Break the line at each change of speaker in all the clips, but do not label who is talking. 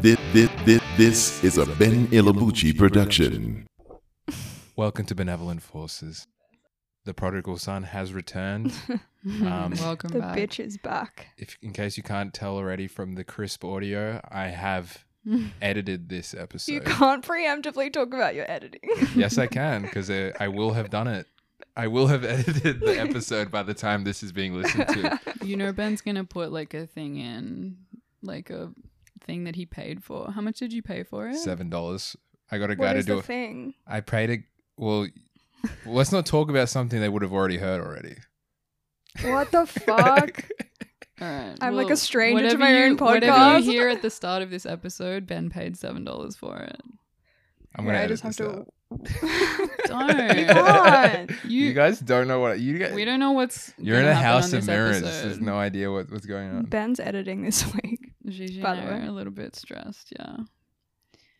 This, this, this, this is a Ben Ilabuchi production.
Welcome to Benevolent Forces. The prodigal son has returned. Um,
Welcome
The
back.
bitch is back.
if, in case you can't tell already from the crisp audio, I have edited this episode.
You can't preemptively talk about your editing.
Yes, I can because I, I will have done it. I will have edited the episode by the time this is being listened to.
You know Ben's gonna put like a thing in, like a thing that he paid for. How much did you pay for it?
Seven dollars. I got a guy
what
to
is
do
the
it.
thing?
I prayed. A, well, let's not talk about something they would have already heard already.
What the fuck?
All right.
I'm like a stranger to
whatever
my own
Whatever
podcast.
you hear at the start of this episode, Ben paid seven dollars for it.
I'm gonna
Yeah, I
edit
just have
this
to.
out.
Don't.
You can't.
You-
You guys don't know what you guys.
We don't know what's.
You're in
gonna
a
happen
house
on
of
this
mirrors.
Episode.
There's no idea what, what's going on.
Ben's editing this week.
Gigi
by the
and I are
way.
a little bit stressed. Yeah.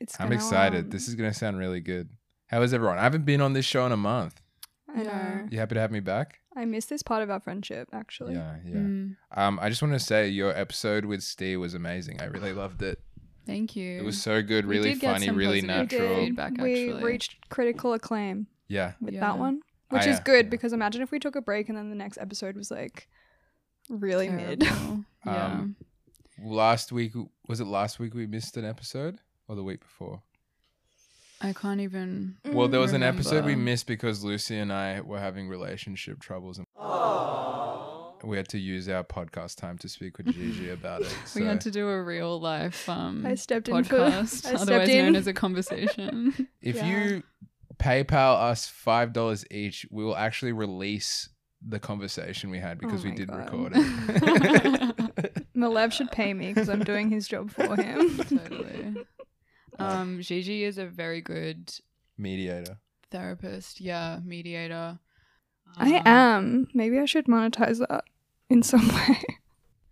It's
I'm
gonna,
excited.
um,
This is going to sound really good. How is everyone? I haven't been on this show in a month.
I
Yeah.
know.
You happy to have me back?
I miss this part of our friendship, actually.
Yeah, yeah.
Mm,
Um, I just want to say your episode with Steve was amazing. I really loved it.
thank you.
It was so good,
We
really
did get
funny,
some
really
positive
We
natural.
did.
Feedback,
we
actually.
reached critical acclaim
Yeah,
with
Yeah.
that one, which
I,
is
uh,
good
yeah.
because imagine if we took a break and then the next episode was like really mid.
Terrible. yeah.
Um, last week was it? Last week we missed an episode, or the week before?
I can't even.
Well, there was an episode we
Mm, remember.
missed because Lucy and I were having relationship troubles, and we had to use our podcast time to speak with Gigi about it. So.
We had to do a real life um,
I stepped in for. I
podcast,
stepped
otherwise known
in.
as a conversation.
If
Yeah.
you PayPal us five dollars each, we will actually release the conversation we had because
Oh
we
my
did
God.
record it.
Malev should pay me because I'm doing his job for him.
totally. Um, Gigi is a very good
Mediator.
therapist, yeah, mediator.
I Uh-huh.
Um,
am. Maybe I should monetize that in some way.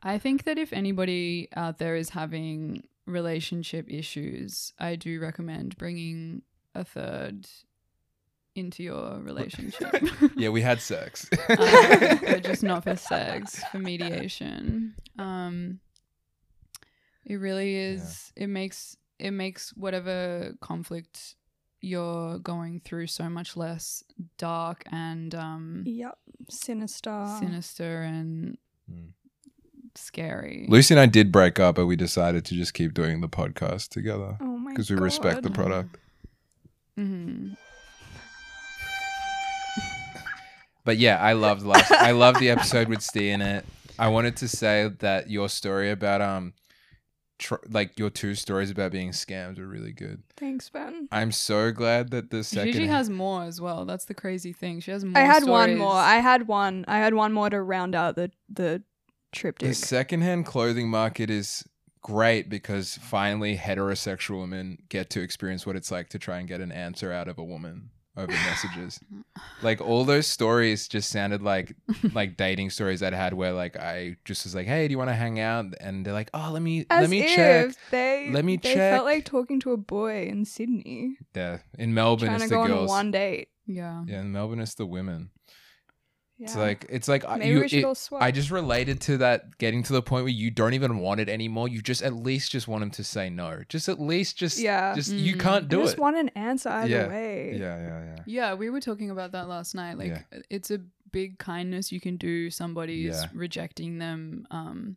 I think that if anybody out there is having relationship issues, I do recommend bringing a third into your relationship.
Yeah, we had sex.
um, but just not for sex, for mediation. Um, it really is. It makes it makes whatever conflict you're going through so much less dark and um,
Yep. Sinister.
sinister and
Mm.
scary.
Lucy and I did break up, but we decided to just keep doing the podcast together
Oh my
because we respect the
God.
product.
hmm
But yeah, I loved last. I loved the episode with Steve in it. I wanted to say that your story about um, tr- like your two stories about being scammed were really good.
Thanks, Ben.
I'm so glad that the second
Gigi has more as well. That's the crazy thing. She has more.
I had one
stories.
more. I had one. I had one more to round out the the
The
triptych.
secondhand clothing market is great because finally heterosexual women get to experience what it's like to try and get an answer out of a woman over messages. like all those stories just sounded like like dating stories I'd had where like I just was like, "Hey, do you want to hang out?" and they're like, "Oh, let me
As
let me
if
check."
they
Let me
they
check.
felt like talking to a boy in Sydney,
Yeah, in Melbourne
trying
it's
to
the
go on
girls.
one date.
Yeah.
Yeah, in Melbourne it's the women.
Yeah.
It's like it's like uh,
maybe
you
we should
it-
all swap.
I just related to that getting to the point where you don't even want it anymore. You just at least just want him to say no. Just at least just
Yeah.
Just you
Mm.
can't do
I just
it.
want an answer either
Yeah.
way.
Mm-hmm. yeah,
Yeah, we were talking about that last night. Like, it's a big kindness you can do somebody's
Yeah.
rejecting them, um,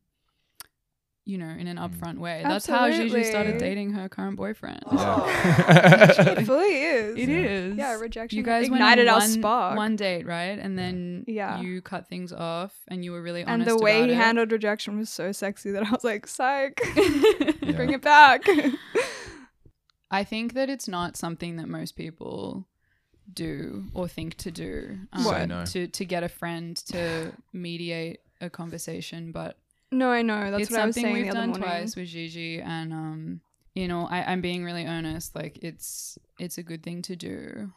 you know, in an
Mm.
upfront way. That's how Gigi started
Absolutely.
dating her current boyfriend.
It
yeah.
fully is.
It
Yeah.
is.
Yeah, rejection
You guys went
ignited
on
our
one,
spark.
One date, right? And then
Yeah.
you cut things off, and you were really
and
honest.
the way
about
he
it.
handled rejection was so sexy that I was like, psych,
Yeah.
bring it back.
I think that it's not something that most people do or think to do. um,
Say no.
To to get a friend to mediate a conversation, but
no, I know. That's
it's
what I was
something
saying
we've
the other
done
morning.
twice with Gigi, and um, you know, I, I'm being really honest. Like it's it's a good thing to do.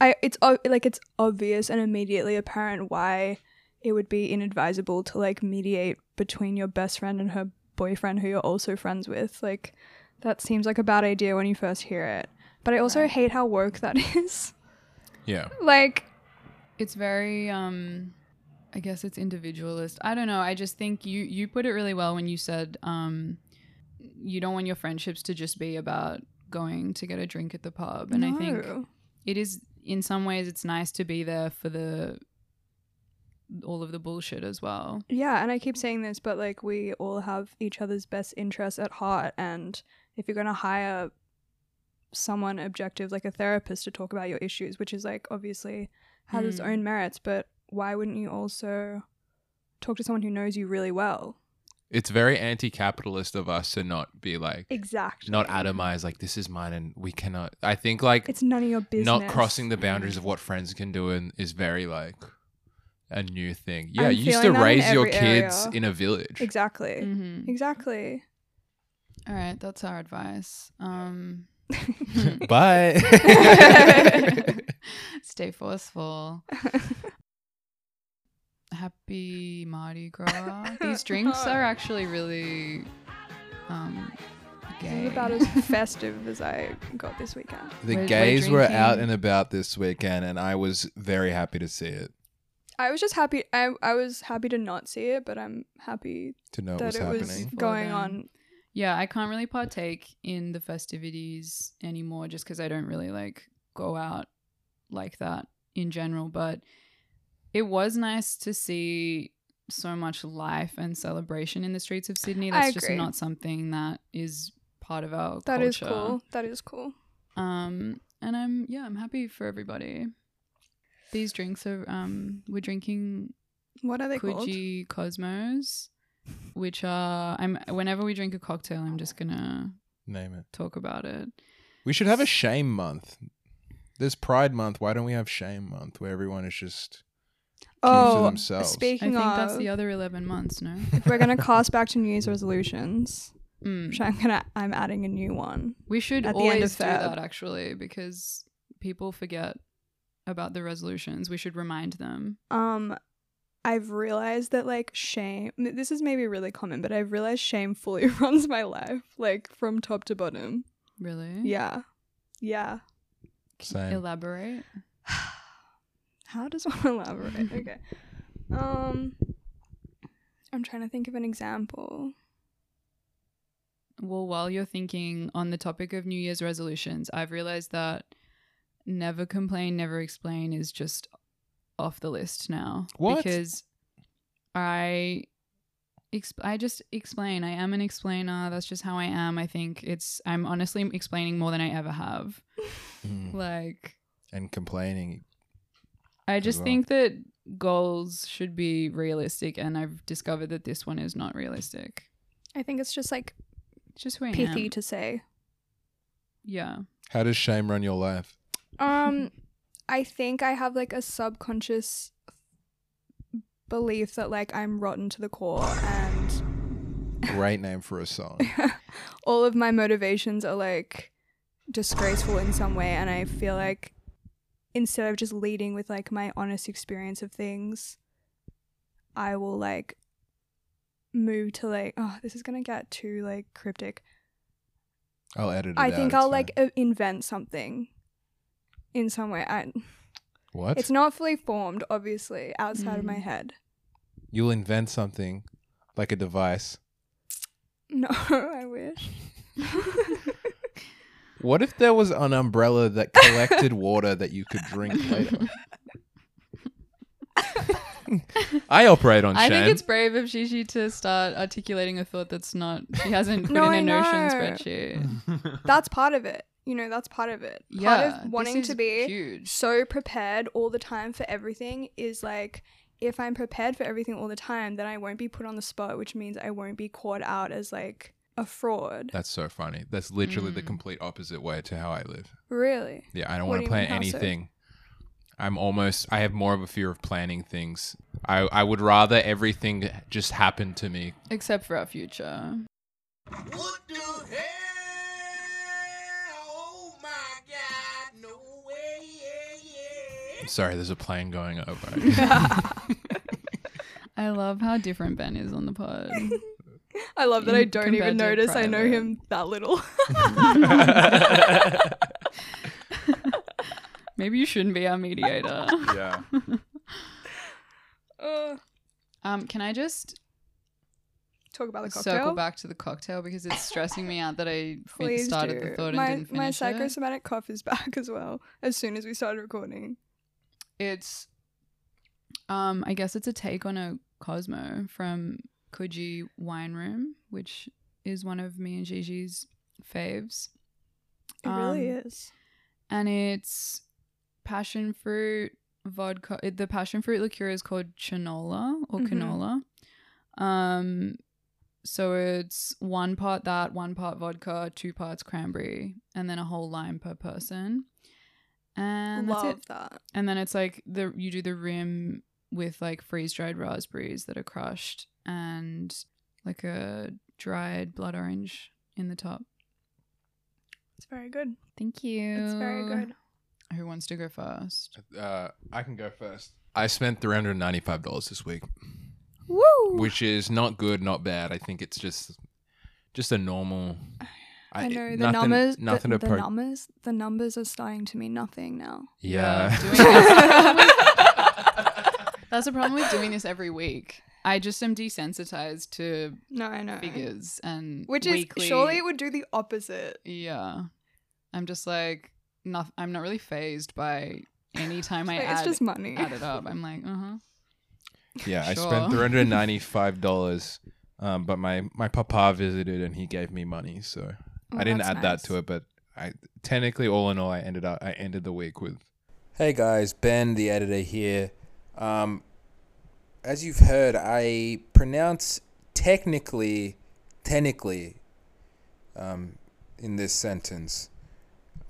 I it's o- like it's obvious and immediately apparent why it would be inadvisable to like mediate between your best friend and her boyfriend who you're also friends with. Like that seems like a bad idea when you first hear it. But I also
Right.
hate how woke that is.
yeah.
like
It's very um, I guess it's individualist. I don't know. I just think you you put it really well when you said um, you don't want your friendships to just be about going to get a drink at the pub. And I think
No.
it is in some ways it's nice to be there for the all of the bullshit as well.
Yeah, and I keep saying this, but like we all have each other's best interests at heart. And if you're going to hire someone objective, like a therapist, to talk about your issues, which is like obviously has its
Mm.
own merits, but why wouldn't you also talk to someone who knows you really well?
It's very anti-capitalist of us to not be like
Exactly.
not atomize like this is mine and we cannot. I think like
It's none of your business.
not crossing the boundaries of what friends can do and is very like a new thing. Yeah,
I'm
you used to
feeling that in
raise your
every
kids
area.
in a village.
Exactly.
Mhm.
Exactly.
All right, that's our advice. Um
Hmm.
Bye.
stay forceful. Happy Mardi Gras. These drinks are actually really um
This
gay.
is about as festive as I got this weekend.
the
We're- we're
gays were out
drinking.
and about this weekend, and I was very happy to see it.
I was just happy. I, I was happy to not see it, but I'm happy
To know it
that
was
it
happening.
was
For
going
them.
on
Yeah, I can't really partake in the festivities anymore just because I don't really like go out like that in general. But it was nice to see so much life and celebration in the streets of Sydney.
I
That's just
agree.
not something that is part of our
That
culture.
is cool. That is cool.
Um, and I'm yeah, I'm happy for everybody. These drinks are um, we're drinking
What are they called?
Coogee Cosmos, which are I'm whenever we drink a cocktail, I'm just gonna
Name it.
talk about it.
We should have a shame month. There's Pride Month. Why don't we have Shame Month, where everyone is just
Oh,
themselves.
I
speaking
think
of,
that's the other eleven months, no?
we're gonna cast back to New Year's resolutions.
Mm.
Which I'm gonna, I'm adding a new one.
We should
At the end
always
of
do
Feb.
that actually, because people forget about the resolutions. We should remind them.
Um, I've realized that like shame. This is maybe really common, but I've realized shame fully runs my life, like from top to bottom.
Really?
Yeah, yeah.
same.
Elaborate.
How does one elaborate? Okay. Um, I'm trying to think of an example.
Well, while you're thinking on the topic of New Year's resolutions, I've realized that never complain, never explain is just off the list now.
What?
Because I exp- I just explain. I am an explainer. That's just how I am. I think it's I'm honestly explaining more than I ever have.
Mm.
Like
And complaining.
I
as
just
well.
think that goals should be realistic and I've discovered that this one is not realistic.
I think it's just like
It's just who I am.
pithy to say.
Yeah.
How does shame run your life?
Um, I think I have like a subconscious belief that like I'm rotten to the core and
Great name for a song.
all of my motivations are like disgraceful in some way and I feel like instead of just leading with like my honest experience of things I will like move to like oh this is going to get too like cryptic.
I'll edit it
I
out,
think
it's
I'll
fine.
like uh, invent something in some way. I
What?
It's not fully formed, obviously, outside of my
Mm.
head.
You'll invent something like a device.
No, I wish.
What if there was an umbrella that collected water that you could drink later? I operate on
I
shame.
think it's brave of Shishi to start articulating a thought that's not she hasn't put
No,
in a
I
notion
know.
Mm-hmm.
spreadsheet.
that's part of it. You know, that's part of it.
Yeah,
part
this
of wanting
is
to be
huge.
so prepared all the time for everything is like if I'm prepared for everything all the time, then I won't be put on the spot, which means I won't be caught out as like a fraud.
That's so funny. That's literally the
Mm.
complete opposite way to how I live.
Really?
Yeah, I don't
Hmm. What
want to
do you mean,
plan
how so?
anything. I'm almost. I have more of a fear of planning things. I I would rather everything just happen to me.
Except for our future.
What the hell? Oh my god, no way, yeah, yeah.
Sorry, there's a plane going over.
I love how different Ben is on the pod.
I love that I
In-
don't even
compared to
notice I know
private.
him that little.
Maybe you shouldn't be our mediator.
yeah.
Ugh.
Um, can I just
talk about the cocktail.
circle back to the cocktail because it's stressing me out that I fin-
Please
started
do.
the thought and
my
didn't finish
my
it.
psychosomatic cough is back as well. As soon as we started recording,
It's, um, I guess it's a take on a Cosmo from Koji Wine Room, which is one of me and Gigi's faves.
it really
Um,
is.
and it's passion fruit vodka. it- The passion fruit liqueur is called chinola or
Mhm.
canola. Um, so it's one part that, one part vodka, two parts cranberry, and then a whole lime per person. And
Love
that's it.
that.
And then it's like the you do the rim with like freeze dried raspberries that are crushed and like a dried blood orange in the top.
It's very good.
Thank you.
It's very good.
Who wants to go first?
Uh, I can go first. I spent three hundred ninety-five dollars this week,
Woo!
which is not good, not bad. I think it's just, just a normal.
I know the
nothing-
numbers.
Nothing
the,
to
the
pro-
numbers. The numbers are starting to mean nothing now.
Yeah.
doing this- That's the problem with doing this every week. I just am desensitized to
No, I know.
figures and
Which is
weekly-
surely it would do the opposite.
yeah. I'm just like not. I'm not really phased by any time I
Like,
add,
it's just money.
add it up. I'm like, uh huh.
Yeah, I
Sure.
spent three hundred ninety-five dollars, um, but my my papa visited and he gave me money, so I didn't add that to it. But I technically, all in all, I ended up I ended the week with.
Hey guys, Ben the editor here. Um, as you've heard, I pronounce technically, technically, um, in this sentence.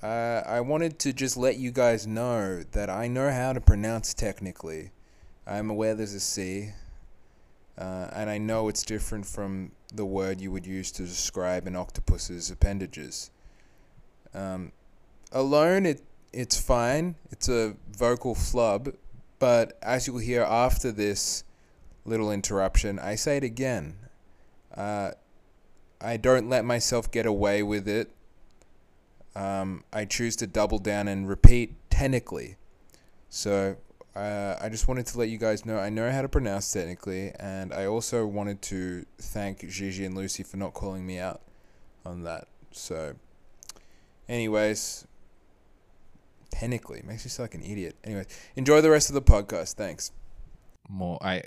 Uh, I wanted to just let you guys know that I know how to pronounce technically. I'm aware there's a C, uh, and I know it's different from the word you would use to describe an octopus's appendages. Um, alone, it it's fine. It's a vocal flub, but as you'll hear after this little interruption, I say it again. Uh, I don't let myself get away with it. Um, I choose to double down and repeat technically. So uh, I just wanted to let you guys know I know how to pronounce technically, and I also wanted to thank Gigi and Lucy for not calling me out on that. So, anyways, technically makes me sound like an idiot. Anyways, enjoy the rest of the podcast. Thanks.
more. I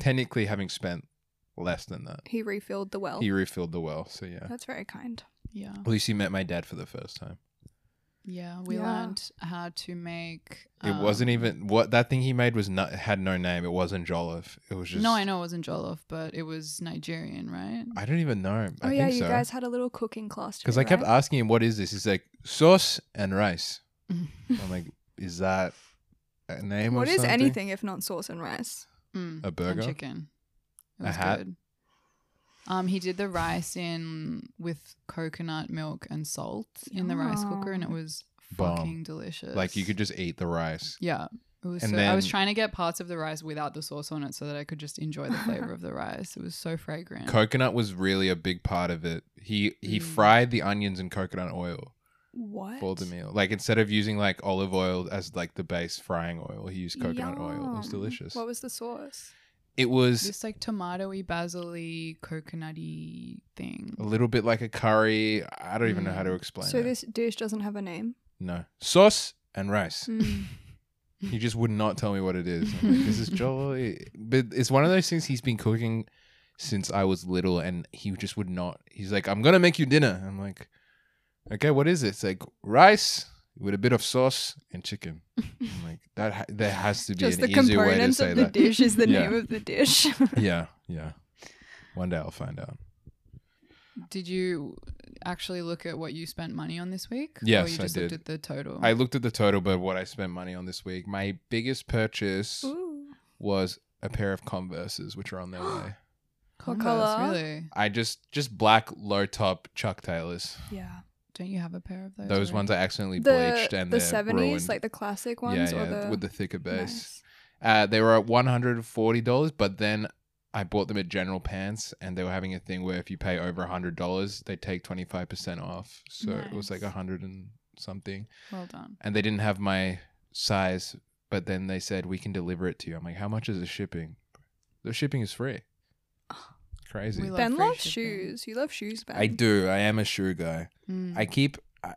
technically having spent less than that.
He refilled the well.
He refilled the well, so yeah.
Oh. That's very kind.
Yeah,
Lucy met my dad for the first time.
yeah. We
Yeah.
learned how to make.
It
Oh.
um,
wasn't even what that thing he made was not had no name. It wasn't jollof. It was just
No, I know it wasn't jollof, but it was Nigerian, right?
I don't even know.
Oh
I
yeah,
think
you
so.
guys had a little cooking class.
Because
today,
I kept
right?
asking him, "What is this?" He's like, "Sauce and rice."
Mm.
I'm like, "Is that a name?
What
of
is
something?
anything if not sauce and rice?
Mm,
A burger?
and chicken. It
A
was
hat?
good. Um, he did the rice in with coconut milk and salt in the rice cooker, and it
Yum.
was
Bomb.
fucking delicious.
Like you could just eat the rice."
yeah. It was
And
so, I was
then-
trying to get parts of the rice without the sauce on it so that I could just enjoy the flavor of the rice. It was so fragrant.
Coconut was really a big part of it. He he
Mm.
fried the onions in coconut oil
What?
for the meal. Like instead of using like olive oil as like the base frying oil, he used coconut oil. It was
Yum.
delicious.
What was the sauce?
It was
this like tomatoey, basil-y, coconutty thing.
a little bit like a curry. I don't even know how to
Mm.
explain
so
it.
this dish doesn't have a name.
no sauce and rice.
Mm.
He just would not tell me what it is. I'm like, this is jolly, but it's one of those things he's been cooking since I was little, and he just would not. He's like, "I'm gonna make you dinner." I'm like, "Okay, what is it?" It's like rice with a bit of sauce and chicken. I'm like, that ha- there has to be
Just
an
the
easier way to
components
say
of the
that.
dish is the
Yeah.
name of the dish.
yeah, yeah. One day I'll find out.
Did you actually look at what you spent money on this week? or
Yes,
you
I
just
did.
looked at the total.
I looked at the total, but what I spent money on this week, my biggest purchase
Ooh.
was a pair of Converse's, which are on their way.
What
Converse,
colour?
Really?
I just just black low top Chuck Taylors.
Yeah.
Don't you have a pair of those?
Those
already?
ones I accidentally
The,
bleached and
the
they're
70s,
ruined.
like the classic ones?
yeah,
or
yeah,
the...
with the thicker base.
Nice.
Uh, they were at one hundred and forty dollars, but then I bought them at General Pants, and they were having a thing where if you pay over hundred dollars, they take twenty five percent off. So it was like a
Nice.
hundred and something,
Well done.
and they didn't have my size. But then they said we can deliver it to you. I'm like, how much is the shipping? The shipping is free. crazy.
We love
ben
free
loves
shipping.
shoes. You love shoes, Ben.
I do. I am a shoe guy.
Mm.
I keep. I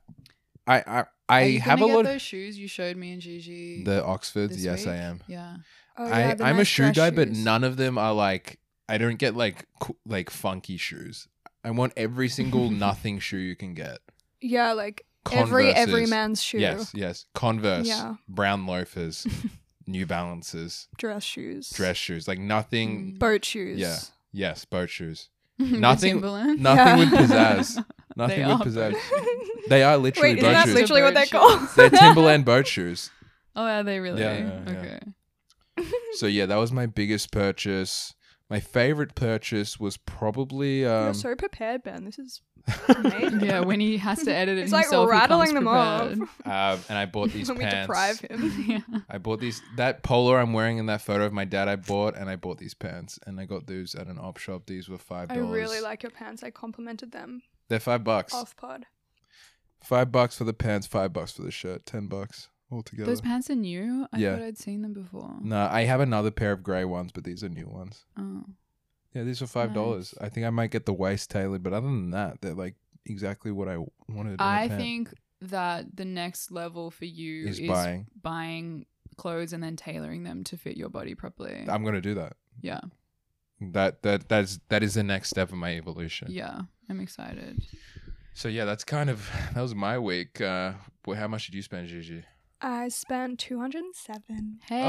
I I, I
Are you
have a
gonna get
lot.
those shoes you showed me and Gigi.
The Oxfords.
this
Yes, I
week?
am.
yeah.
Oh,
I
yeah, the
I'm a
nice
shoe
dress
guy, but
shoes.
none of them are like. I don't get like co- like funky shoes. I want every single nothing shoe you can get.
Yeah, like every
Converses.
every man's shoe.
Yes, yes. Converse,
Yeah.
brown loafers, New Balances,
Dress shoes.
dress shoes, like nothing.
Mm.
Boat shoes.
Yeah. Yes, boat shoes.
The
Nothing-
Timberland.
Nothing
Yeah.
with pizzazz. Nothing with
are
pizzazz.
Wait,
They are literally
isn't
boat
that
shoes.
literally what they're
Bird
called?
They're Timberland boat shoes.
Oh, are they really?
Yeah, yeah, yeah.
Okay.
So yeah, that was my biggest purchase. My favorite purchase was probably
You're
um,
so prepared, Ben. This is amazing.
Yeah, when he has to edit it
It's like
himself, he comes
rattling them off.
prepared.
uh, and I bought these
when we
pants.
deprive him.
yeah.
I bought these that polo I'm wearing in that photo of my dad I bought and I bought these pants and I got those at an op shop. These were five
I
dollars.
really like your pants. I complimented them
they're five bucks.
off pod.
Five bucks for the pants, five bucks for the shirt, ten bucks altogether.
Those pants are new. I
Yeah.
thought I'd seen them before.
no, I have another pair of grey ones, but these are new ones.
Oh.
Yeah, these are five dollars. I think I might get the waist tailored, but other than that, they're like exactly what I wanted. in a
I
pant,
think that the next level for you
is
is,
buying.
buying clothes and then tailoring them to fit your body properly.
I'm gonna do that.
yeah.
That that that's that is the next step of my evolution.
Yeah. I'm excited.
So yeah, that's kind of that was my week. Uh, wh- how much did you spend, Gigi?
I spent 207.
Hey!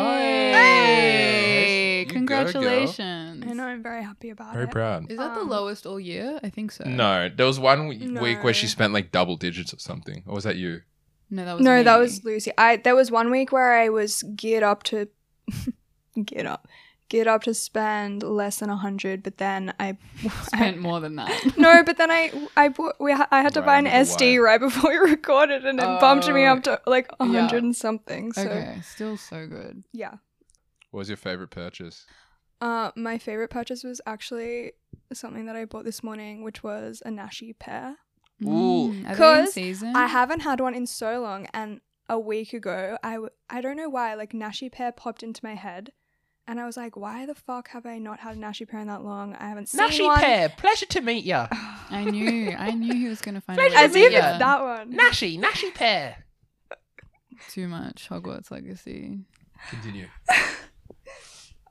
Hey!
You go, girl.
Congratulations.
I know I'm very happy about
Very
it.
proud.
Is that the
Um,
lowest all year? I think so.
No, there was one w-
No.
week where she spent like double digits or something. Or was that you?
No, that was
No, that
me.
was Lucy. I there was one week where I was geared up to geared up, geared up to spend less than a hundred, but then I
spent more than that.
no, but then I I bought, we ha- I had to
Right
buy an
under the
SD right before we recorded, and it bumped me
Oh.
up to like a
Yeah.
hundred and something. So
Okay, still so good.
yeah,
What was your favorite purchase?
uh, my favorite purchase was actually something that I bought this morning, which was a Nashi pair.
Ooh.
Mm, are they in
'Cause
season?
I haven't had one in so long, and a week ago, I w- I don't know why, like Nashi pear popped into my head, and I was like, why the fuck have I not had a Nashi pear in that long? I haven't seen one.
pleasure to meet ya.
I knew. I knew he was going to find
Pleasure
a way
As
to
if
to
meet
do
Yeah.
it's that one.
Nashi, Nashi Pear.
Too much Hogwarts Legacy.
Continue.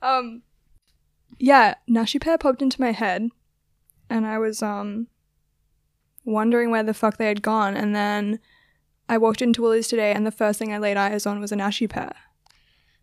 Um, yeah, Nashi pear popped into my head, and I was um wondering where the fuck they had gone, and then I walked into Woolies today, and the first thing I laid eyes on was a Nashi pear.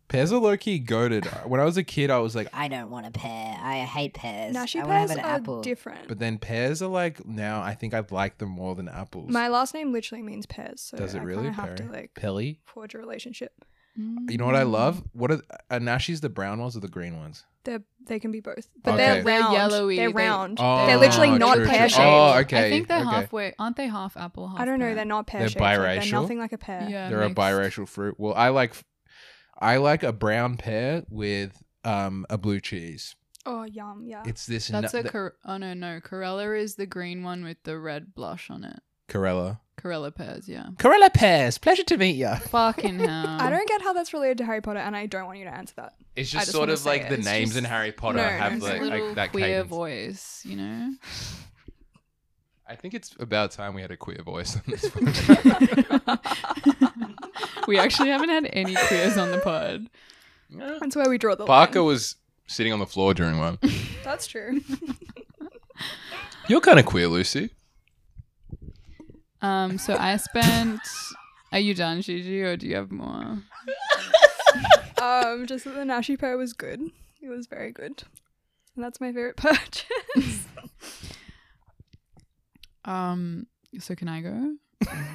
Pairs are low key goaded. When I was a kid, I was like,
I don't want a pear. I hate pears.
Nashi
I want
pears
to have an
are
apple.
different.
but then pears are like now. I think I like them more than apples.
my last name literally means pears, so
Does it
I
really?
kind of have to
Perry?
like
Pelly.
forge a relationship.
You know what
Mm-hmm.
I love? What are, are Nashis the brown ones or the green ones?
They're they can be both, but
Okay.
they're round.
They're yellowy,
They're
they-
round.
Oh,
they're literally not
true, true.
pear shaped.
Oh, okay.
Mm. I think they're
okay.
halfway. Aren't they half apple? Half
I don't know.
pear?
They're not pear
They're
shaped. Like, they're
biracial?
nothing like a pear.
Yeah,
They're
mixed.
a biracial fruit. Well, I like, I like a brown pear with um a blue cheese.
Oh yum, yeah.
It's this.
That's
nu-
a
the-
cor- oh no no Corella is the green one with the red blush on it.
Corella.
Corella pears, yeah.
Corella Pears, pleasure to meet ya.
Fucking hell.
I don't get how that's related to Harry Potter, and I don't want you to answer that.
It's
just just sort wanna of say like it. the It's names just- in Harry Potter no, have,
It's
like-
a little queer
cadence.
voice, you know.
I think it's about time we had a queer voice on this. one.
we actually haven't had any queers on the pod.
That's where we draw the
Parker
line.
was sitting on the floor during one.
That's true.
You're kind of queer, Lucy.
Um, so I spent. Are you done, Gigi, or do you have more?
um, just that the Nashi pear was good. It was very good, and that's my favorite purchase.
Um, so can I go?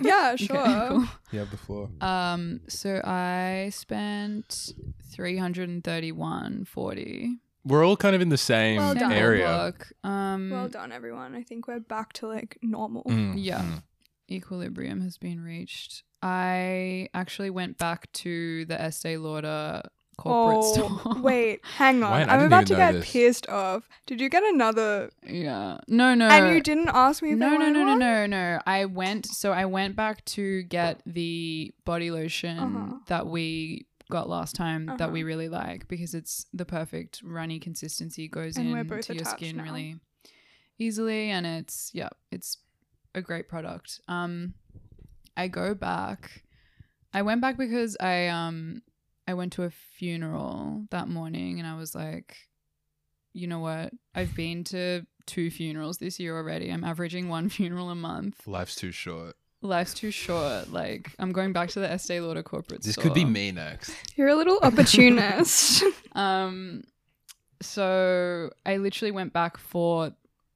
yeah,
Okay,
sure.
cool.
You have the floor.
Um, so I spent three hundred and thirty-one forty.
We're all kind of in the same
Well done.
area.
Um,
Well done, everyone. I think we're back to like normal.
Mm,
Yeah.
mm.
equilibrium has been reached. I actually went back to the Estee Lauder corporate
oh,
store.
wait, hang on.
Wait, I
I'm
didn't
about to
even know
get
this.
pissed off. Did you get another?
Yeah. No, no.
and you didn't ask me if I
No, no,
wanted
no, no,
one?
no, no. I went. So I went back to get the body lotion
Uh-huh.
that we got last time that
Uh-huh.
we really like because it's the perfect runny consistency goes
And
in
we're both
to your
attached
skin
now.
really easily and it's yeah it's a great product um i go back i went back because i um i went to a funeral that morning and i was like you know what i've been to two funerals this year already i'm averaging one funeral a month
Life's too short.
life's too short like i'm going back to the estee lauder corporate
This could be
store.
me next.
You're a little opportunist.
Um, so I literally went back for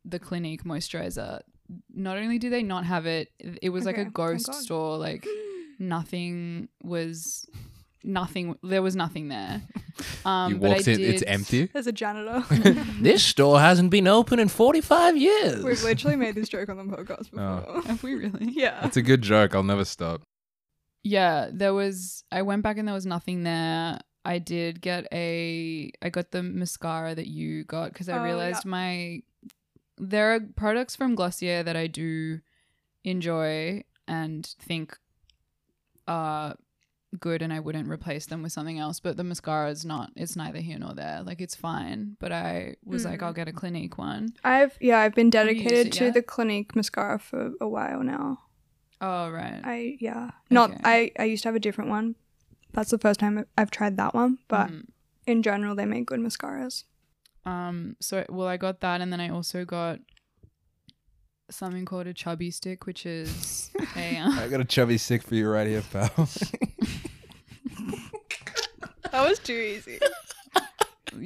the clinique moisturizer. Not only do they not have it, it was like
Okay,
a
thank
ghost
God.
store. Like mm. nothing was, nothing. There was nothing there. Um,
you
but I
walked in, it's
did-
empty.
There's a janitor.
This store hasn't been open in 45 years.
We've literally made this joke on the podcast before.
Oh.
Have we really?
Yeah.
It's a good joke. I'll never stop.
yeah there was i went back and there was nothing there i did get a i got the mascara that you got because i
Oh,
realized my there are products from glossier that i do enjoy and think are good and i wouldn't replace them with something else but the mascara is not it's neither here nor there like it's fine but i was like
Mm.
i'll get a clinique one.
I've yeah, I've been
Have you used
dedicated
it
to
yet?
the Clinique mascara for a while now.
Oh right
I yeah. Not
Okay.
I I used to have a different one. That's the first time I've tried that one, but
Mhm.
in general they make good mascaras.
Um, so well, I got that, and then I also got something called a chubby stick, which is a um,
I got a chubby stick for you right here, pal.
That was too easy.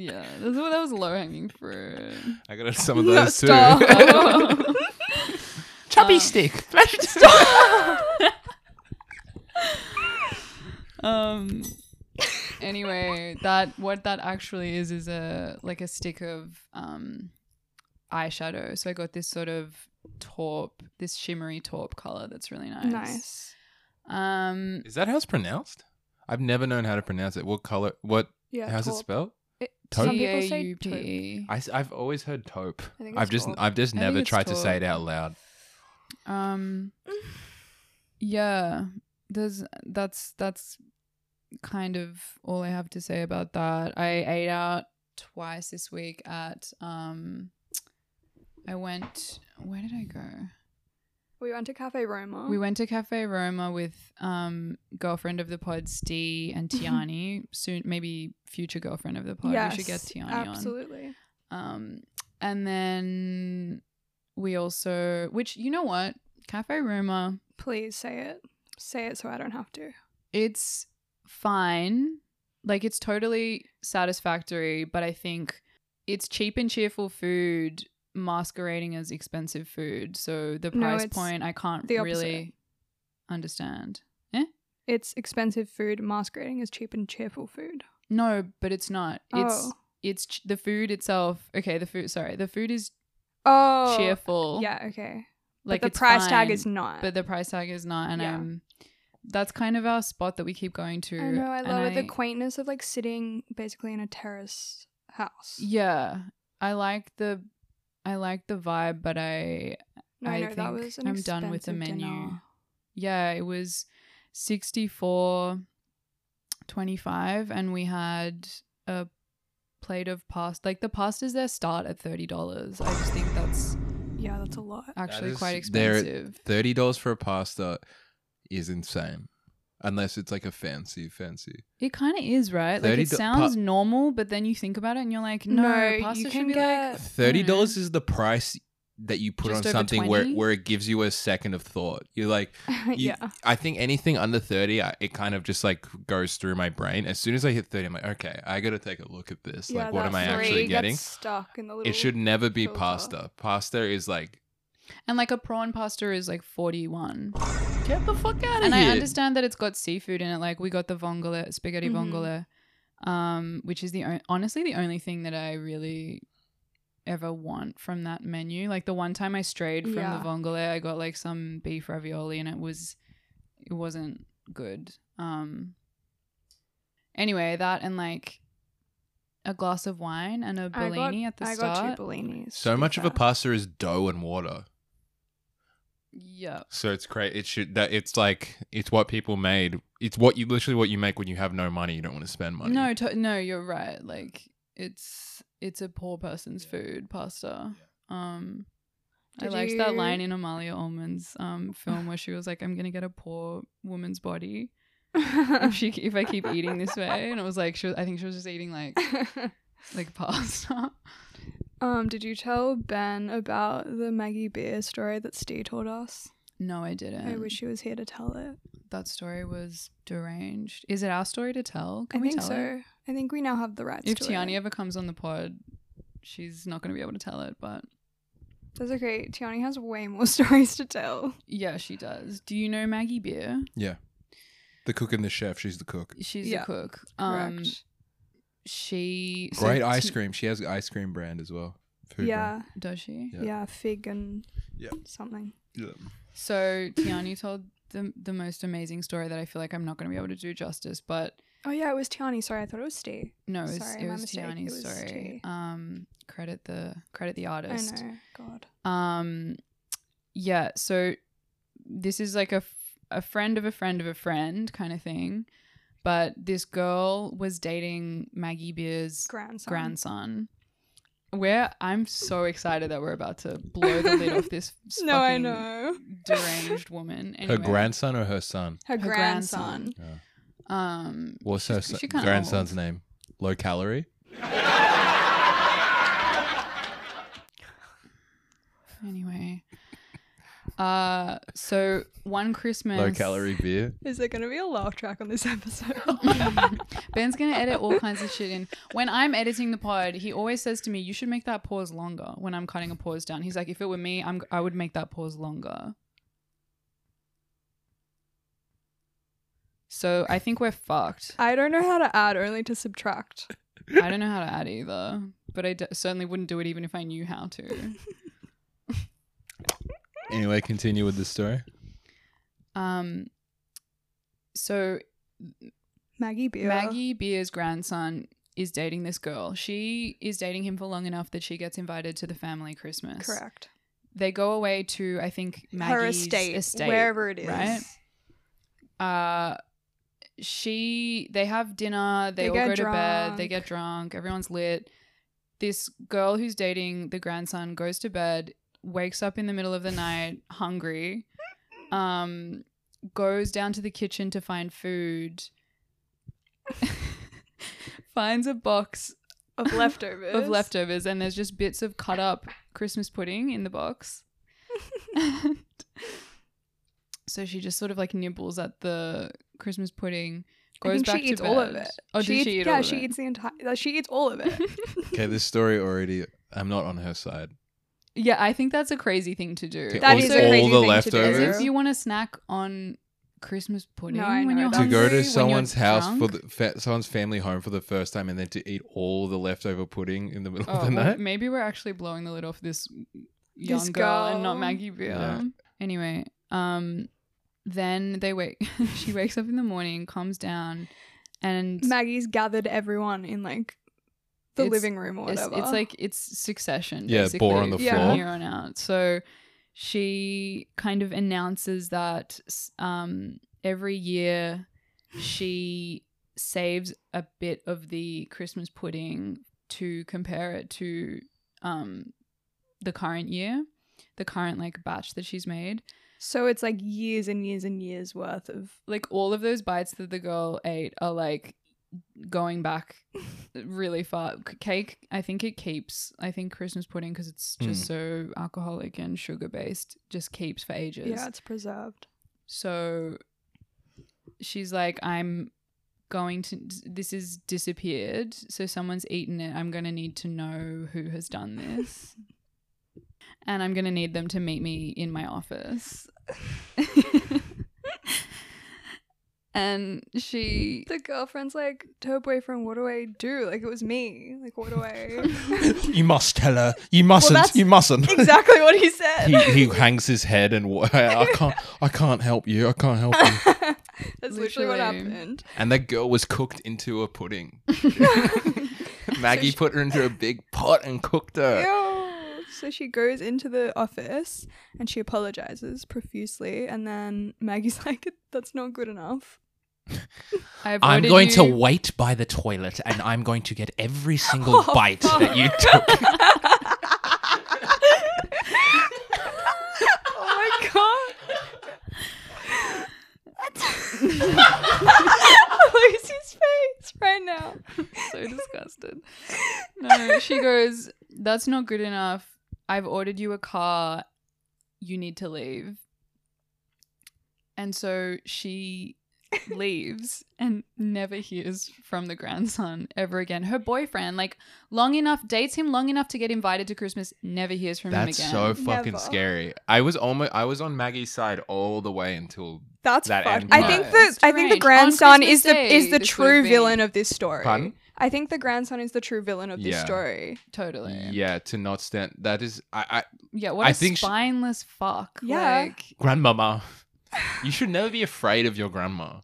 yeah, that was, that was low hanging fruit.
I got some of
No,
those too.
stop.
Chubby
Um,
stick. Flash it Stop.
um, anyway, that what that actually is is a like a stick of um eyeshadow. So I got this sort of taupe, this shimmery taupe color that's really nice.
nice.
Um,
Is that how it's pronounced? I've never known how to pronounce it. What color? What?
Yeah.
how's it
taupe.
spelled?
It-
Taupe?
Some people say
T A U
taupe.
P E.
I, have always heard taupe.
I think
I've
it's
just
taupe.
I've just
I think
never
it's
tried to say
taupe.
it out loud.
Um yeah, there's that's that's kind of all I have to say about that. I ate out twice this week at um I went where did I go?
We went to Cafe Roma.
Oh.
We went to Cafe Roma with um girlfriend of the pod Stee and Tiani, soon maybe future girlfriend of the pod.
Yes,
we should get Tiani on.
absolutely.
Um, and then we also, which you know what, Cafe Roma,
Please say it. Say it so I don't have to.
it's fine. Like it's totally satisfactory, but I think it's cheap and cheerful food masquerading as expensive food. So the
No,
price
it's
point I can't
the opposite.
really understand.
It's expensive food masquerading as cheap and cheerful food.
No, but it's not. It's
oh.
it's ch- the food itself. Okay, the food. Sorry, the food is
Oh.
cheerful.
Yeah, okay. but
like
the
it's
price tag
fine.
is not.
but the price tag is not and
Uh, Yeah.
um that's kind of our spot that we keep going to
I know, I
and
love it. The
I-
quaintness of like sitting basically in a terrace house.
yeah i like the i like the vibe but i
no,
I
no, that
think
was an
I'm done with the
expensive
menu.
dinner.
yeah it was 64 25 and we had a plate of pasta like the pastas there start at $30 i just think that's
Yeah, that's a lot.
actually
is-
quite
they're-
expensive
Thirty dollars for a pasta is insane, unless it's like a fancy fancy.
it kind of is right like
30
it
do-
sounds
pa-
normal but then you think about it and you're like no,
No,
pasta
you
should
can
be
get-
like
Thirty
Mm.
dollars is the price that you put
Just
on
over
something where
20?
where it gives you a second of thought. You're like, you-
yeah.
I think anything under thirty, I, it kind of just like goes through my brain. As soon as I hit thirty, I'm like, okay, I got to take a look at this.
yeah,
like, what am
that
I
three
actually
gets
getting?
Stuck in the little
It should never be
filter.
pasta. Pasta is like
And like a prawn pasta is like 41.
Get the fuck out of
And
here.
I understand that it's got seafood in it. Like we got the vongole, spaghetti
Mhm.
vongole, um, which is the on- honestly the only thing that I really ever want from that menu. Like the one time I strayed from
Yeah.
the vongole, I got like some beef ravioli and it was it wasn't good. Um anyway, that and like a glass of wine and a
I got-
bellini at the
I
start.
got two bellinis.
so
to be
much of a
fair.
pasta is dough and water.
Yeah.
So it's great. It should that it's like it's what people made. It's what you literally what you make when you have no money. You don't want to spend money.
No, to- no, you're right. Like it's it's a poor person's food pasta. Um, I
Did
liked that
you-
line in Amalia Ullman's um film where she was like, "I'm gonna get a poor woman's body if she if I keep eating this way," and it was like she was, I think she was just eating like like pasta.
um, did you tell Ben about the Maggie Beer story that Steve told us?
No, I didn't.
I wish he was here to tell it.
that story was deranged. Is it our story to tell? Can
I
we
think
tell
so.
it?
I think we now have the rights.
If
to
Tiani
it.
ever comes on the pod, she's not gonna be able to tell it. But
that's okay. Tiani has way more stories to tell.
yeah, she does. Do you know Maggie Beer?
Yeah. The cook and the chef. She's the cook.
She's
Yeah,
a cook. Um,
Correct.
she so
Great
t-
ice cream. She has an ice cream brand as well. Food
yeah,
Does she?
Yeah.
yeah, fig and
Yeah.
something.
brand.
So Tiani told the the most amazing story that I feel like I'm not going to be able to do justice, but
Oh yeah, it was Tiani. Sorry, I thought it was Steve.
no, it was,
Sorry,
it
my
was
mistake.
Tiani's
It was T.
story. Um, credit the credit the
I
artist.
know. God.
Um, yeah. So this is like a f- a friend of a friend of a friend kind of thing, but this girl was dating Maggie Beer's
Grandson.
grandson. Where I'm so excited that we're about to blow the lid off this
No, I
fucking
know.
deranged woman.
Her
Anyway,
grandson or her son?
Her, grandson.
grandson. Um,
What's
she's-
her
she
son-
kinda
grandson's
old.
name? Low calorie.
Anyway, uh, so one Christmas,
Low calorie beer.
Is there going to be a laugh track on this episode?
Ben's gonna edit all kinds of shit in. When I'm editing the pod, he always says to me, "You should make that pause longer." When I'm cutting a pause down, he's like, "If it were me, I'm I would make that pause longer." So I think we're fucked.
I don't know how to add, only to subtract.
I don't know how to add either, but I d- certainly wouldn't do it even if I knew how to.
Anyway, continue with the story.
Um, so
Maggie Beer.
Maggie Beer's grandson is dating this girl. She is dating him for long enough that she gets invited to the family Christmas.
Correct.
They go away to I think Maggie's
Her estate, wherever it is.
right? Uh, she they have dinner. They,
They
all
get
go to bed. They
drunk.
get drunk. Everyone's lit. This girl who's dating the grandson goes to bed, wakes up in the middle of the night hungry, um, goes down to the kitchen to find food, finds a box
Of leftovers.
of leftovers, and there's just bits of cut up Christmas pudding in the box. And so she just sort of like nibbles at the Christmas pudding,
I
goes
think
back
she eats
to bed.
all of it.
Oh, did
eats,
she eat
yeah,
all of
she
it?
eats the entire. uh, She eats all of it.
Okay, this story already. I'm not on her side.
Yeah, I think that's a crazy thing to do.
Okay,
That
all,
is a
all
crazy
the
thing to do.
As
leftovers.
if you want to snack on Christmas pudding
I
when
know,
you're
that's-
to
hungry,
go
when
to
you're
someone's house for
drunk.
the fa- someone's family home for the first time and then to eat all the leftover pudding in the middle of
Oh,
the
well,
night.
maybe we're actually blowing the lid off this young
This
girl and not
girl.
Maggie Beer.
Yeah.
Anyway, um, then they wake. she wakes up in the morning, calms down, and
Maggie's gathered everyone in like the
It's-
living room or
it's,
whatever.
it's like it's succession.
Yeah,
basically,
bore on the
from
floor.
here on out. So she kind of announces that s- um, every year she saves a bit of the Christmas pudding to compare it to um, the current year, the current like batch that she's made.
so it's like years and years and years worth of
Like all of those bites that the girl ate are like going back really far. C- Cake, I think it keeps. I think Christmas pudding because it's just so alcoholic and sugar based just keeps for ages.
yeah, it's preserved.
So she's like, I'm going to, this is disappeared. So someone's eaten it. I'm going to need to know who has done this. and I'm going to need them to meet me in my office. and she.
The girlfriend's like to her boyfriend, "What do I do? Like it was me. Like what do I?"
You must tell her. You mustn't.
that's
you mustn't.
exactly what he said.
he, he hangs his head and wa- I can't. I can't help you. I can't help you.
That's literally what
Literally.
happened.
And that girl was cooked into a Uh. pudding. Maggie put her into a big pot and cooked her.
Ew. So she goes into the office and she apologizes profusely. And then Maggie's like, that's not good enough.
I've
I'm
ordered
going to
you-
wait by the toilet and I'm going to get every single bite that you took.
Oh my god. Lucy's face right now.
so disgusted. No, she goes, That's not good enough. I've ordered you a car. You need to leave. And so she leaves and never hears from the grandson ever again. Her boyfriend, like long enough, dates him long enough to get invited to Christmas, never hears from
That's
him
so
again.
fucking
Never.
scary. I was almost I was on Maggie's side all the way until
That's
That
fucked.
end
I
part.
think
It's
the I think the
strange. On
grandson is the
Christmas
is the
Day, this would have
true
been-
villain of this story.
Pardon?
I think the grandson is the true villain of this
Yeah.
story.
totally. Yeah.
yeah, to not stand that is I,
what a
I think she-
spineless fuck.
Yeah.
Like
Grandmama.
I you should never be afraid of your grandma.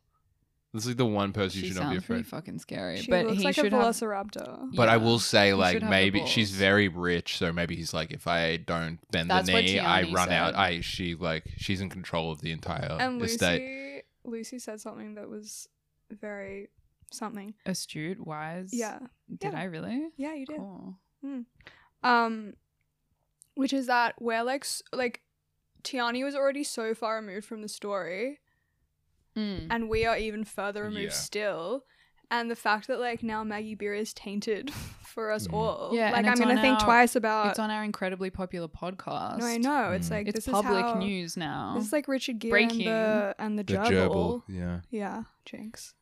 This is the one person
she
you should not
sounds
be
pretty
afraid.
fucking scary.
She
but
looks
he
like a
should have
velociraptor.
But I
Yeah.
will say,
You should
like,
have the
maybe she's
balls.
very rich, so maybe he's like, if I don't bend
That's
the
what
knee, I
Tiani
run out.
said.
I she like she's in control of the entire
And
estate.
Lucy Lucy said something that was very something.
astute, wise.
Yeah.
Did
Yeah.
I really?
Yeah, you did.
Cool.
um which is that where like s- like tiani was already so far removed from the story
Mm.
and we are even further removed
Yeah.
still and the fact that like now maggie beer is tainted for us
Mhm.
all
Yeah,
like
and
i'm
it's
gonna
on
think
our-
twice about
It's on our incredibly popular podcast.
Uh, no i know it's
Mm.
like
It's
this
public
is how,
news now.
this is like richard gere and
Breaking.
the and the,
The
gerbil.
gerbil, yeah.
yeah jinx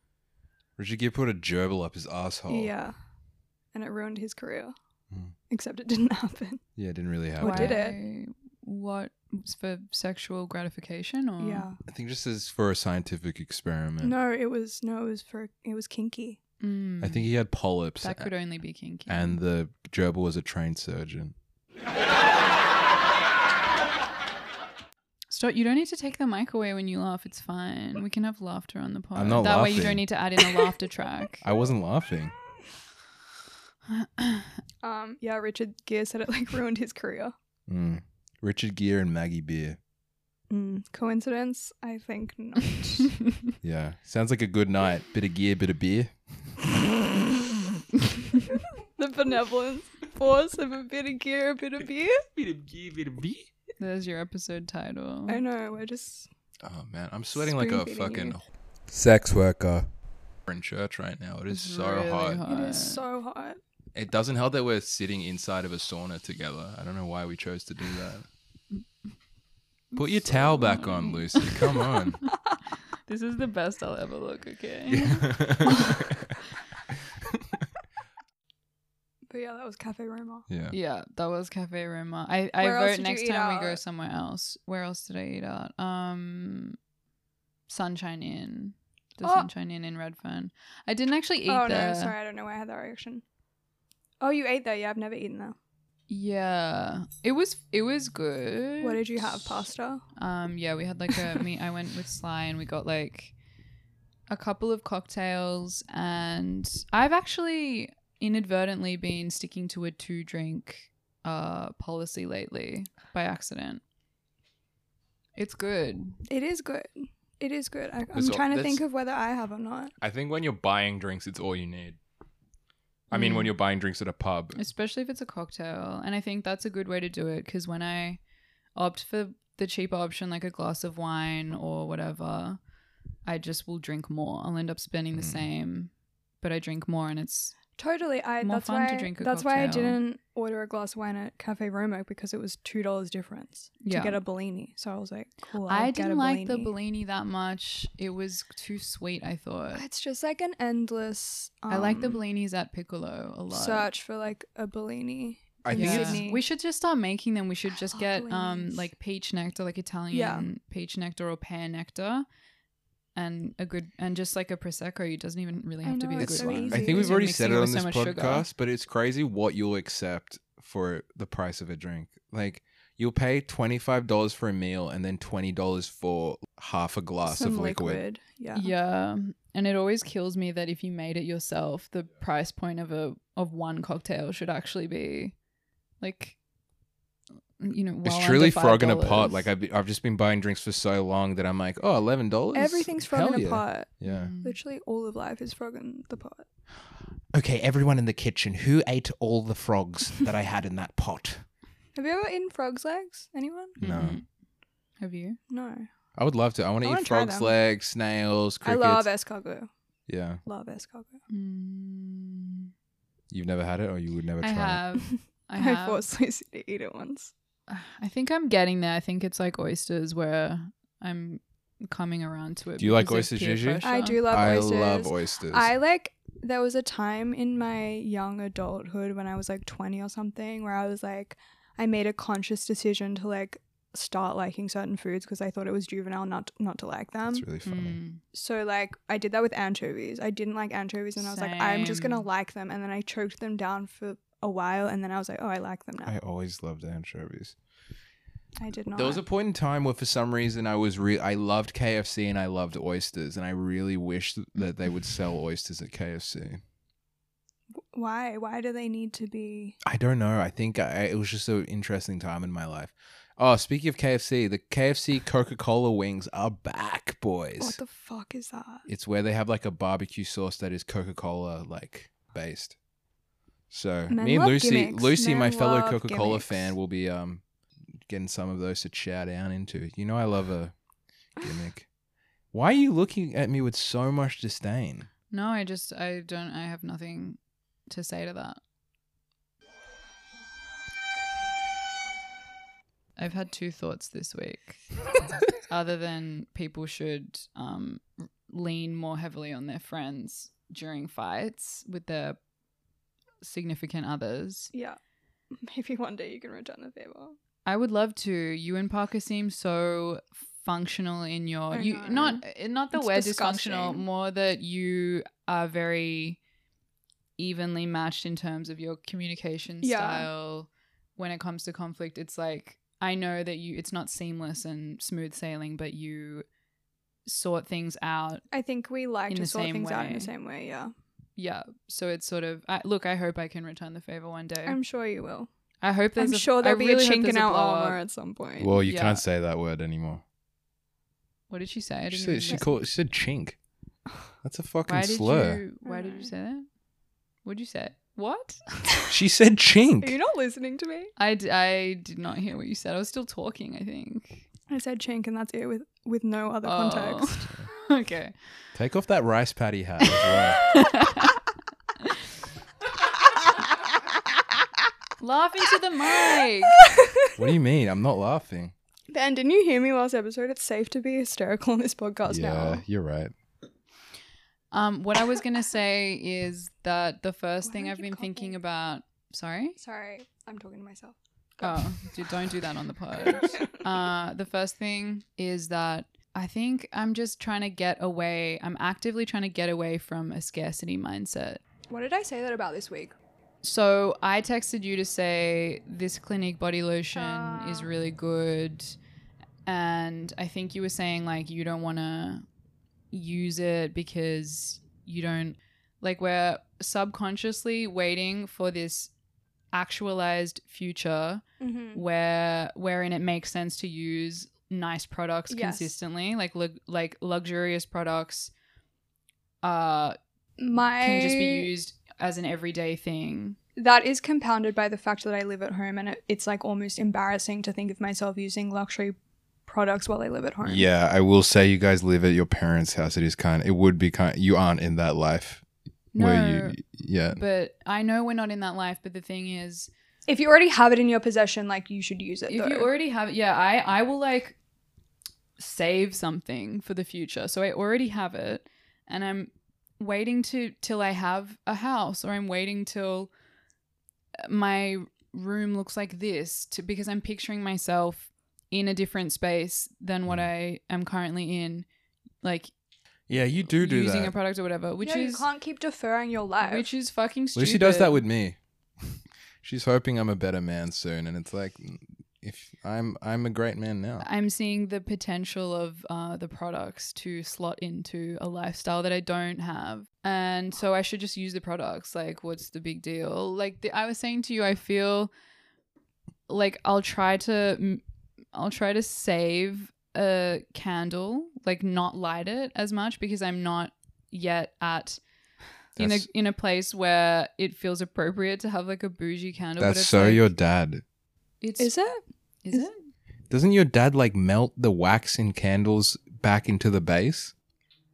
Richard Gere put a gerbil up his asshole.
yeah and it ruined his career
Oh. Mm.
except it didn't happen
yeah, it didn't really happen.
Or did it?
Why- What was for sexual gratification or
yeah
I think just as for a scientific experiment.
no it was no it was for it was kinky
Mm.
I think he had polyps,
that could only be kinky.
and the gerbil was a trained surgeon.
stop. You don't need to take the mic away when you laugh. It's fine. We can have laughter on the pod.
not
that way you don't
laughing.
need to add in a laughter track.
I wasn't laughing.
Um, yeah, Richard Gere said it like ruined his career.
Mm. Richard Gere and Maggie Beer.
Coincidence? I think not.
Yeah, sounds like a good night. Bit of gear, bit of beer.
the benevolence force of a bit of gear, a bit of beer.
There's your episode title.
I know, we're just
Oh man, I'm sweating like a
Spoon-feeding
fucking
you.
whore
Sex worker.
in church right now. It is
It's
so
really
hot.
it is
Uh.
so hot.
It doesn't help that we're sitting inside of a sauna together. I don't know why we chose to do that. Put your towel back on,
funny.
Lucy. Come on.
This is the best I'll ever look. Okay.
But yeah, that was Cafe Roma.
yeah.
Yeah, that was Cafe Roma. I, I
Where else
vote
did you
next
eat
time we go
out?
somewhere else. Where else did I eat out? Um, Sunshine Inn. The
Oh.
Sunshine Inn in Redfern. I didn't actually eat
oh
there.
no, sorry, I don't know why I had that reaction. Oh, you ate there? Yeah, I've never eaten there.
Yeah, it was it was good.
What did you have? Pasta?
Um, yeah, we had like a me. I went with Sly, and we got like a couple of cocktails. And I've actually inadvertently been sticking to a two drink uh policy lately by accident. It's good.
It is good. It is good. I, I'm
There's al-
trying to
there's-
think of whether I have or not.
I think when you're buying drinks, it's all you need. I mean, when you're buying drinks at a pub.
especially if it's a cocktail and i think that's a good way to do it because when i opt for the cheaper option like a glass of wine or whatever i just will drink more i'll end up spending the
Mm.
same but i drink more and it's
Totally. I
More
that's
fun
why
to drink a
that's why I
cocktail.
didn't order a glass of wine at Cafe Roma because it was two dollars difference
Yeah.
to get a Bellini. So I was like, cool. I'll
i
get a
didn't like the
Bellini.
bellini that much it was too sweet i thought
It's just like an endless. Um,
i like the bellinis at piccolo a lot
Search for like a Bellini.
I
in
think
Yeah.
it's
Sydney.
we should just start making them. We should
I
just
love
get um
Bellinis.
like peach nectar, like Italian peach nectar or pear nectar, and a good and just like a prosecco. It doesn't even really
I
have to be
know,
the
it's
good
so
one.
easy.
I
Because
think we've
you're
already
mixing
said
it
it
with
on
so
this
much
podcast,
sugar.
but it's crazy what you'll accept for the price of a drink. Like you'll pay twenty five dollars for a meal and then twenty dollars for half a glass
Some
of liquid.
Yeah.
Yeah. and it always kills me that if you made it yourself, the price point of a of one cocktail should actually be like you know, well
it's truly
under
frog in a pot.
$5.
Like I've, I've just been buying drinks for so long that I'm like, oh, eleven dollars.
Everything's frog in a
yeah.
pot.
Yeah.
Mm.
Literally all of life is frog in the pot.
Okay, everyone in the kitchen, who ate all the frogs that I had in that pot?
Have you ever eaten frog's legs? Anyone?
No,
Mhm. Have you?
No.
I would love to. I want
I
to
wanna
eat
try
frogs'
them.
legs, snails,
I
crickets.
love escargot.
Yeah,
Love escargot.
Mm,
you've never had it, or you would never try
I have. I
I,
have.
forced Lucy to eat it once.
I think I'm getting there. I think it's like oysters where I'm coming around to it.
Do you like
because of
oyster
peer
Gigi?
I
pressure.
do
it.
love
I
oysters.
love oysters.
I like there was a time in my young adulthood when I was like 20 or something where I was like I made a conscious decision to like start liking certain foods because I thought it was juvenile not not to like them.
It's really funny.
Mm.
So like I did that with anchovies. I didn't like anchovies and I was like I'm just going to
Same.
like them and then I choked them down for a while and then I was like oh I like them now.
I always loved anchovies.
I, did not.
There was a point in time where, for some reason, I was re- I loved KFC and I loved oysters, and I really wished that they would sell oysters at KFC.
Why why do they need to be
I don't know. I think I, it was just an interesting time in my life. Oh, speaking of KFC, the KFC Coca Cola wings are back, boys.
What the fuck is that?
it's where they have like a barbecue sauce that is Coca Cola like based. So
Men
me and
love
Lucy,
gimmicks.
Lucy, my
Men
fellow
love
Coca Cola
gimmicks.
fan, will be um getting some of those to chow down into. You know, I love a gimmick. Why are you looking at me with so much disdain?
No, I just I don't I have nothing to say to that. I've had two thoughts this week. other than people should um, lean more heavily on their friends during fights with their significant others.
Yeah. Maybe one day you can return the favor.
I would love to. You and Parker seem so functional in your
I
you
know.
not eh, not that
It's
we're dysfunctional,
disgusting.
more that you are very evenly matched in terms of your communication
Yeah.
style when it comes to conflict. It's like I know that you it's not seamless and smooth sailing, but you sort things out.
I think we like
In
to
the
sort
same
things out in the
way.
same way, yeah.
Yeah. So it's sort of I, look, I hope I can return the favor one day.
I'm sure you will.
I hope there's
I'm
a,
sure
I
there'll be
really
a
hope
chink
there's
in our
blow up.
armor at some point.
Well, you
Yeah.
can't say that word anymore.
What did she say?
She
I didn't
said,
even
she
hear.
called she said chink. That's a fucking
Why did
slur.
you? Why did you
Alright.
say that? What'd you say? What?
She said chink.
Are you not listening to me?
I, d- I did not hear what you said. I was still talking. I think.
I said chink, and that's it with with no other
Oh.
context.
okay.
Take off that rice patty hat as well.
Laughing to the mic.
what do you mean? I'm not laughing.
Ben, didn't you hear me last episode? It's safe to be hysterical on this podcast now.
you're right.
Um, what I was gonna say is that the first
Why
thing
don't
I've
you
been
call
thinking
me?
about. Sorry.
Sorry, I'm talking to myself.
Oh, d- don't do that on the pod. Uh, the first thing is that I think I'm just trying to get away. I'm actively trying to get away from a scarcity mindset.
What did I say that about this week?
So I texted you to say this clinic body lotion is really good. And I think you were saying like you don't want to use it because you don't like we're subconsciously waiting for this actualized future
Mm-hmm.
where wherein it makes sense to use nice products
Yes.
consistently like lu- like luxurious products uh
My
can just be used as an everyday thing
that is compounded by the fact that I live at home, and it, it's like almost embarrassing to think of myself using luxury products while I live at home.
Yeah, I will say you guys live at your parents' house. It is kind. It would be kind. You aren't in that life.
no
you, yeah.
but i know we're not in that life but the thing is
If you already have it in your possession, like you should use it.
if
though.
you already have yeah i i will like save something for the future so i already have it and i'm waiting to till i have a house or i'm waiting till uh, my room looks like this to, because i'm picturing myself in a different space than
Mm.
what i am currently in like
Yeah, you do do
using a
that.
product or whatever which
Yeah,
is
you can't keep deferring your life.
which is fucking stupid
Lucy does that with me. She's hoping I'm a better man soon, and it's like, if I'm, I'm a great man now.
I'm seeing the potential of uh, the products to slot into a lifestyle that I don't have. And so I should just use the products. Like, what's the big deal? Like, the, I was saying to you, I feel like I'll try to I'll try to save a candle, like not light it as much because I'm not yet at in a
That's-
in a place where it feels appropriate to have like a bougie candle. but
That's
it's
so
like,
your dad.
it's,
Is it?
is it?
Doesn't your dad like melt the wax in candles back into the base?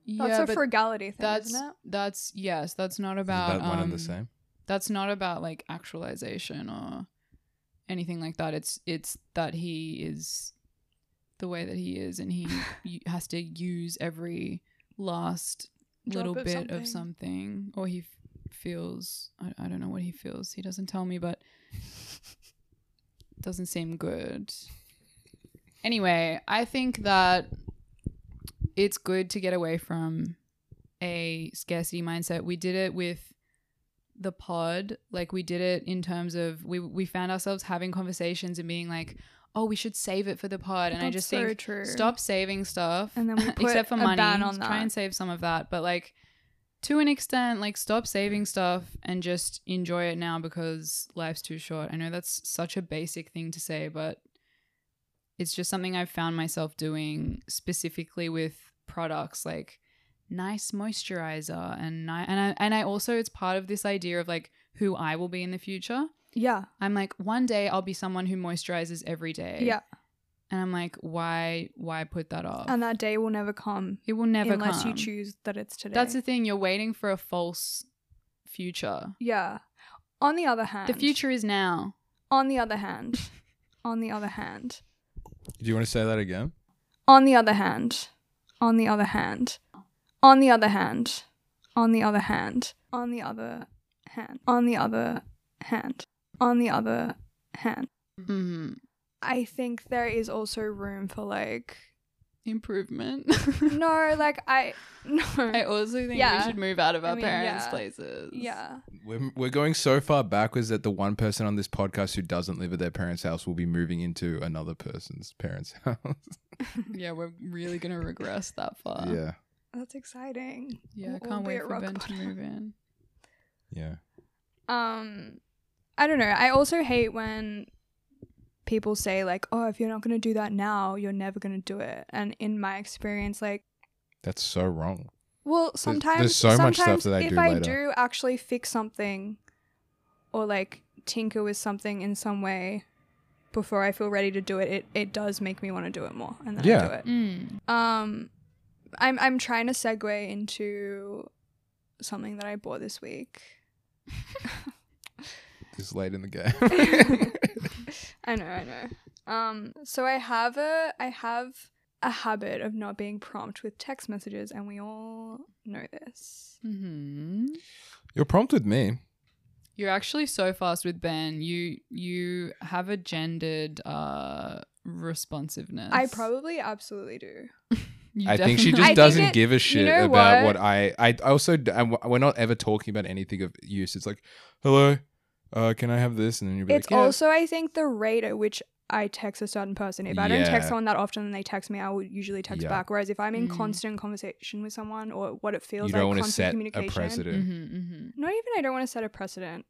That's
Yeah,
a
but
frugality thing,
that's
isn't it?
that's yes, that's not about
Is that one and the
um,
same?
that's not about like actualization or anything like that it's it's that he is the way that he is and he u- has to use every last
Drop
little
of
bit
something.
of something or he f- feels I, I don't know what he feels he doesn't tell me but doesn't seem good anyway i think that it's good to get away from a scarcity mindset we did it with the pod like we did it in terms of we we found ourselves having conversations and being like oh we should save it for the pod and i
That's
just
so
think
true.
stop saving stuff
And then we put
except for
a
money
ban on
try
that.
and save some of that but like to an extent like stop saving stuff and just enjoy it now because life's too short i know that's such a basic thing to say but it's just something i've found myself doing specifically with products like nice moisturizer and ni- and I, and I also it's part of this idea of like who I will be in the future.
Yeah.
I'm like one day I'll be someone who moisturizes every day.
Yeah.
And I'm like why why put that off?
And that day will never come
it will never
unless
come.
you choose that it's today.
That's the thing you're waiting for a false future.
Yeah. On the other hand,
The future is now.
On the other hand, on the other hand,
Do you want to say that again?
on the other hand, on the other hand, on the other hand, on the other hand, on the other hand, on the other hand, on the other hand. Mm-hmm.
hmm
I think there is also room for like
Improvement.
no, like I no.
I also think
Yeah.
we should move out of
I
our
mean,
parents'
yeah.
places.
yeah.
We're, we're going so far backwards that the one person on this podcast who doesn't live at their parents' house will be moving into another person's parents' house.
Yeah, we're really gonna regress that
Ah.
far.
yeah.
That's exciting.
Yeah,
We'll
I
all
can't
be
wait
at
for
rock
Ben to
bottom.
move in.
Yeah.
um i don't know i also hate when people say like oh if you're not going to do that now you're never going to do it and in my experience like
That's so wrong.
well
there's
sometimes
so much
sometimes
stuff that I
if
do
i
later.
do actually fix something or like tinker with something in some way before i feel ready to do it it, it does make me want to do it more and then
Yeah.
i do it
Mm.
um i'm i'm trying to segue into something that i bought this week
This late in the game.
I know, I know. Um, so I have a I have a habit of not being prompt with text messages, and we all know this.
hmm
You're prompt with me.
You're actually so fast with Ben. You you have a gendered uh responsiveness.
I probably absolutely do.
You
I think she
definitely-
just
I think
doesn't
it-
give a shit
know
about what,
what?
I. I also d- I- we're not ever talking about anything of use. It's like, hello, uh, can I have this? And then you'll be
It's
like, yeah.
also I think the rate at which I text a certain person. If I don't
Yeah.
text someone that often, and they text me, I will usually text
Yeah.
back. Whereas if I'm in
Mm.
constant conversation with someone, or what it feels
you don't
like
want to
constant
set a
communication,
precedent,
Mhm, mhm.
not even I don't want to set a precedent.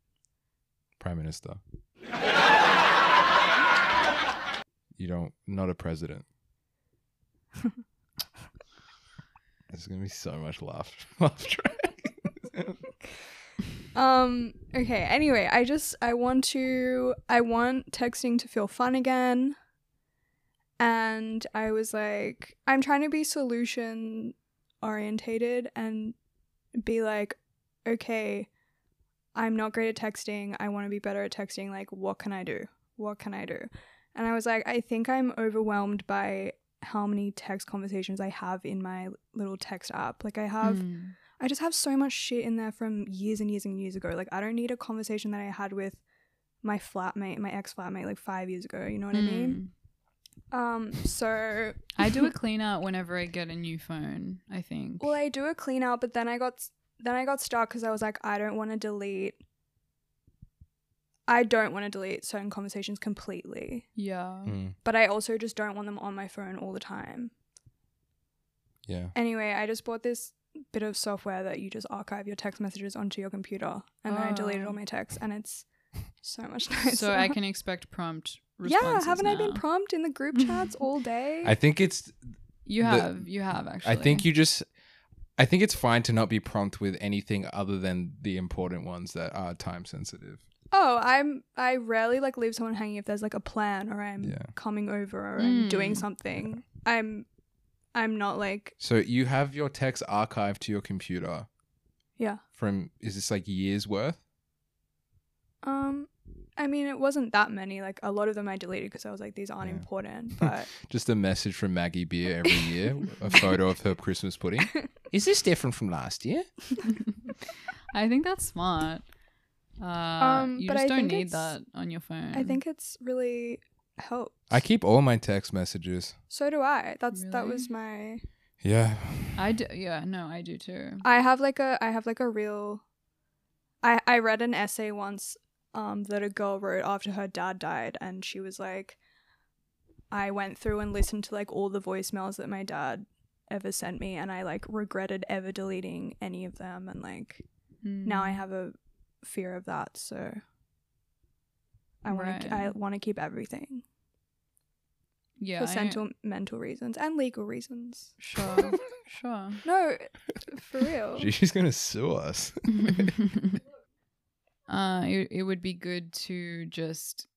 prime minister. you don't, not a president. There's gonna be so much laughter. laughter.
Um. Okay. Anyway, I just I want to I want texting to feel fun again, and I was like, I'm trying to be solution orientated and be like, okay, I'm not great at texting. I want to be better at texting. Like, what can I do? What can I do? And I was like, I think I'm overwhelmed by how many text conversations I have in my little text app. Like, I have.
Mm.
I just have so much shit in there from years and years and years ago. Like I don't need a conversation that I had with my flatmate, my ex flatmate, like five years ago. You know what I mean?
Mm.
Um. So
I do a clean out whenever I get a new phone. I think.
well, I do a clean out, but then I got s- then I got stuck because I was like, I don't want to delete. I don't want to delete certain conversations completely,
yeah.
Mm,
but I also just don't want them on my phone all the time.
yeah.
Anyway, I just bought this bit of software that you just archive your text messages onto your computer, and then I deleted
Oh.
all my texts, and it's so much nicer.
So I can expect prompt
Yeah,
responses
haven't I been
now.
prompt in the group chats all day?
I think it's
you
the-
have. you have actually.
I think you just I think it's fine to not be prompt with anything other than the important ones that are time sensitive.
oh, I'm I rarely like leave someone hanging if there's like a plan or I'm
Yeah.
coming over or I'm doing
Mm.
something. I'm I'm not like
So you have your text archived to your computer
yeah.
from is this like years worth?
Um I mean it wasn't that many. Like a lot of them I deleted because I was like these aren't
Yeah.
important, but
Just a message from Maggie Beer every year, a photo of her Christmas pudding.
Is this different from last year?
I think that's smart. Uh,
Um,
you
but
just
I
don't
think
need
it's-
that on your phone.
I think it's really helped.
I keep all my text messages.
so do I. That's that
Really?
was my
Yeah.
I do. Yeah, no, I do too.
I have like a I have like a real I I read an essay once um that a girl wrote after her dad died and she was like I went through and listened to like all the voicemails that my dad ever sent me and I like regretted ever deleting any of them and like now I
Mm.
have a fear of that so I want
Right.
to I want to keep everything
yeah,
for
I-
mental mental reasons and legal reasons.
sure, sure.
No, for real.
She's gonna sue us.
uh, it, it would be good to just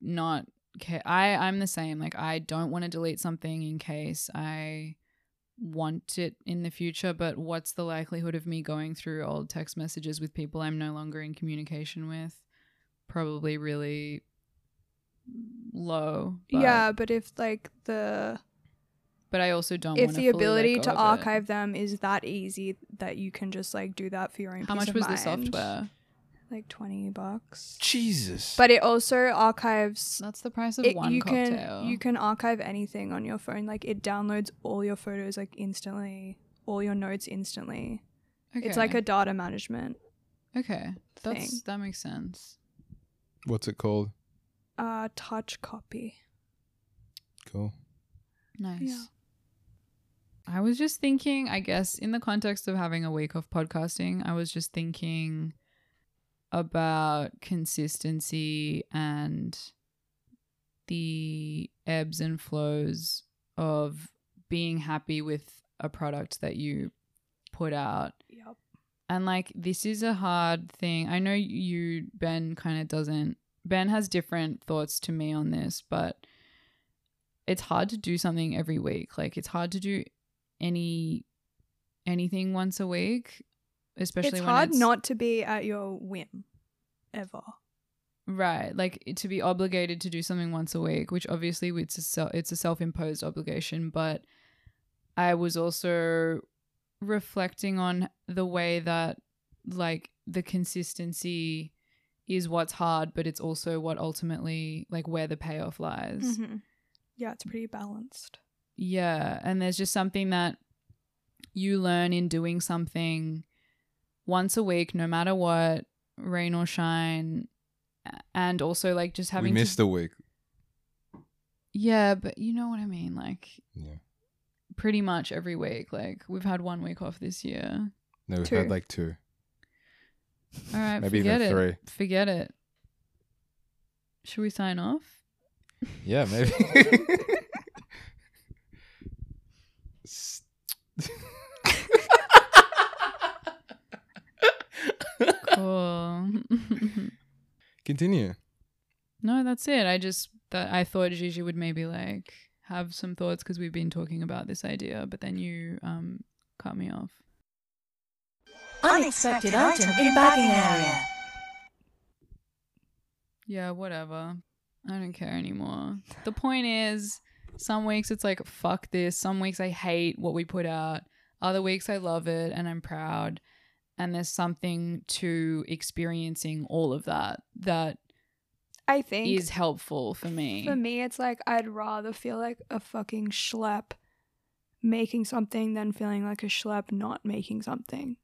not care. I I'm the same. Like I don't want to delete something in case I want it in the future. But what's the likelihood of me going through old text messages with people I'm no longer in communication with? Probably really low. But,
Yeah, but if like the
but I also don't.
if
wanna
the
fully let
ability
go
to
of it.
archive them is that easy that you can just like do that for your own
How
peace
much
of
was the
mind,
software?
like 20 bucks
Jesus.
but it also archives
That's the price of
it,
one
you
cocktail.
can you can archive anything on your phone like it downloads all your photos like instantly all your notes instantly it's like a data management
okay. That's
thing.
that makes sense.
What's it called?
uh touch copy
Cool.
Nice. I was just thinking, I guess, in the context of having a week off podcasting, I was just thinking about consistency and the ebbs and flows of being happy with a product that you put out
yep
and like this is a hard thing i know you ben kind of doesn't ben has different thoughts to me on this but it's hard to do something every week like it's hard to do any anything once a week especially
it's
when
hard
it's
not to be at your whim ever
right like to be obligated to do something once a week which obviously it's a self it's a self-imposed obligation but i was also reflecting on the way that like the consistency is what's hard but it's also what ultimately like where the payoff lies
Mm-hmm. yeah it's pretty balanced
yeah. And there's just something that you learn in doing something once a week, no matter what, rain or shine. a- And also, like, just
We
having.
missed
to,
a week.
yeah, but you know what I mean? Like,
Yeah.
pretty much every week. Like, we've had one week off this year.
No, we've
Two.
had like two.
All right.
Maybe even
forget it.
three.
Forget it. Should we sign off?
Yeah, maybe. S-
Cool.
Continue.
No, that's it. I just that I thought Gigi would maybe like have some thoughts because we've been talking about this idea, but then you um cut me off.
Unexpected item in bagging area.
Yeah, whatever. I don't care anymore. The point is, some weeks it's like fuck this. Some weeks I hate what we put out. Other weeks I love it and I'm proud. And there's something to experiencing all of that that
i think
is helpful for me.
For me, it's like I'd rather feel like a fucking schlep making something than feeling like a schlep not making something.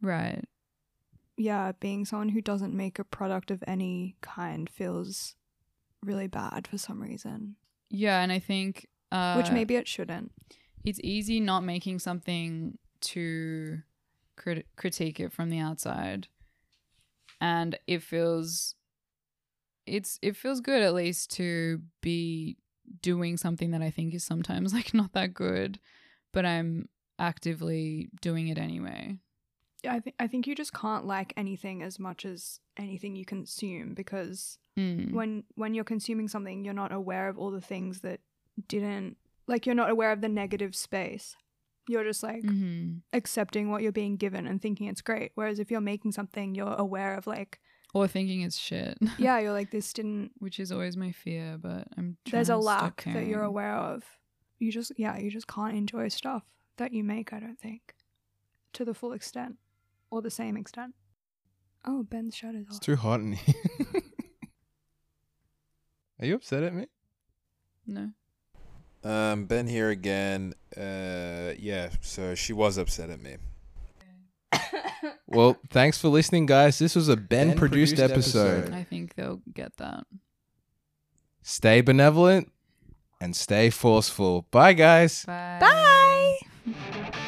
Right.
Yeah, being someone who doesn't make a product of any kind feels really bad for some reason,
Yeah, and I think uh,
which maybe it shouldn't.
it's easy not making something to crit- critique it from the outside and it feels it's it feels good at least to be doing something that I think is sometimes like not that good, but I'm actively doing it anyway.
Yeah, I think I think you just can't like anything as much as anything you consume because
Mm.
when when you're consuming something you're not aware of all the things that didn't like you're not aware of the negative space you're just like
Mhm.
accepting what you're being given and thinking it's great whereas if you're making something you're aware of like
Or thinking it's shit.
yeah you're like this didn't
Which is always my fear, but I'm
there's a
trying to stop
lack that you're
caring.
aware of you just yeah you just can't enjoy stuff that you make i don't think to the full extent or the same extent oh ben's shut is
It's
off
too hot in here. Are you upset at me?
No.
Um, Ben here again. Uh, yeah. So she was upset at me.
Well, thanks for listening, guys. This was a Ben, produced,
Ben-produced
episode.
episode.
I think they'll get that.
Stay benevolent and stay forceful. Bye, guys.
Bye. Bye.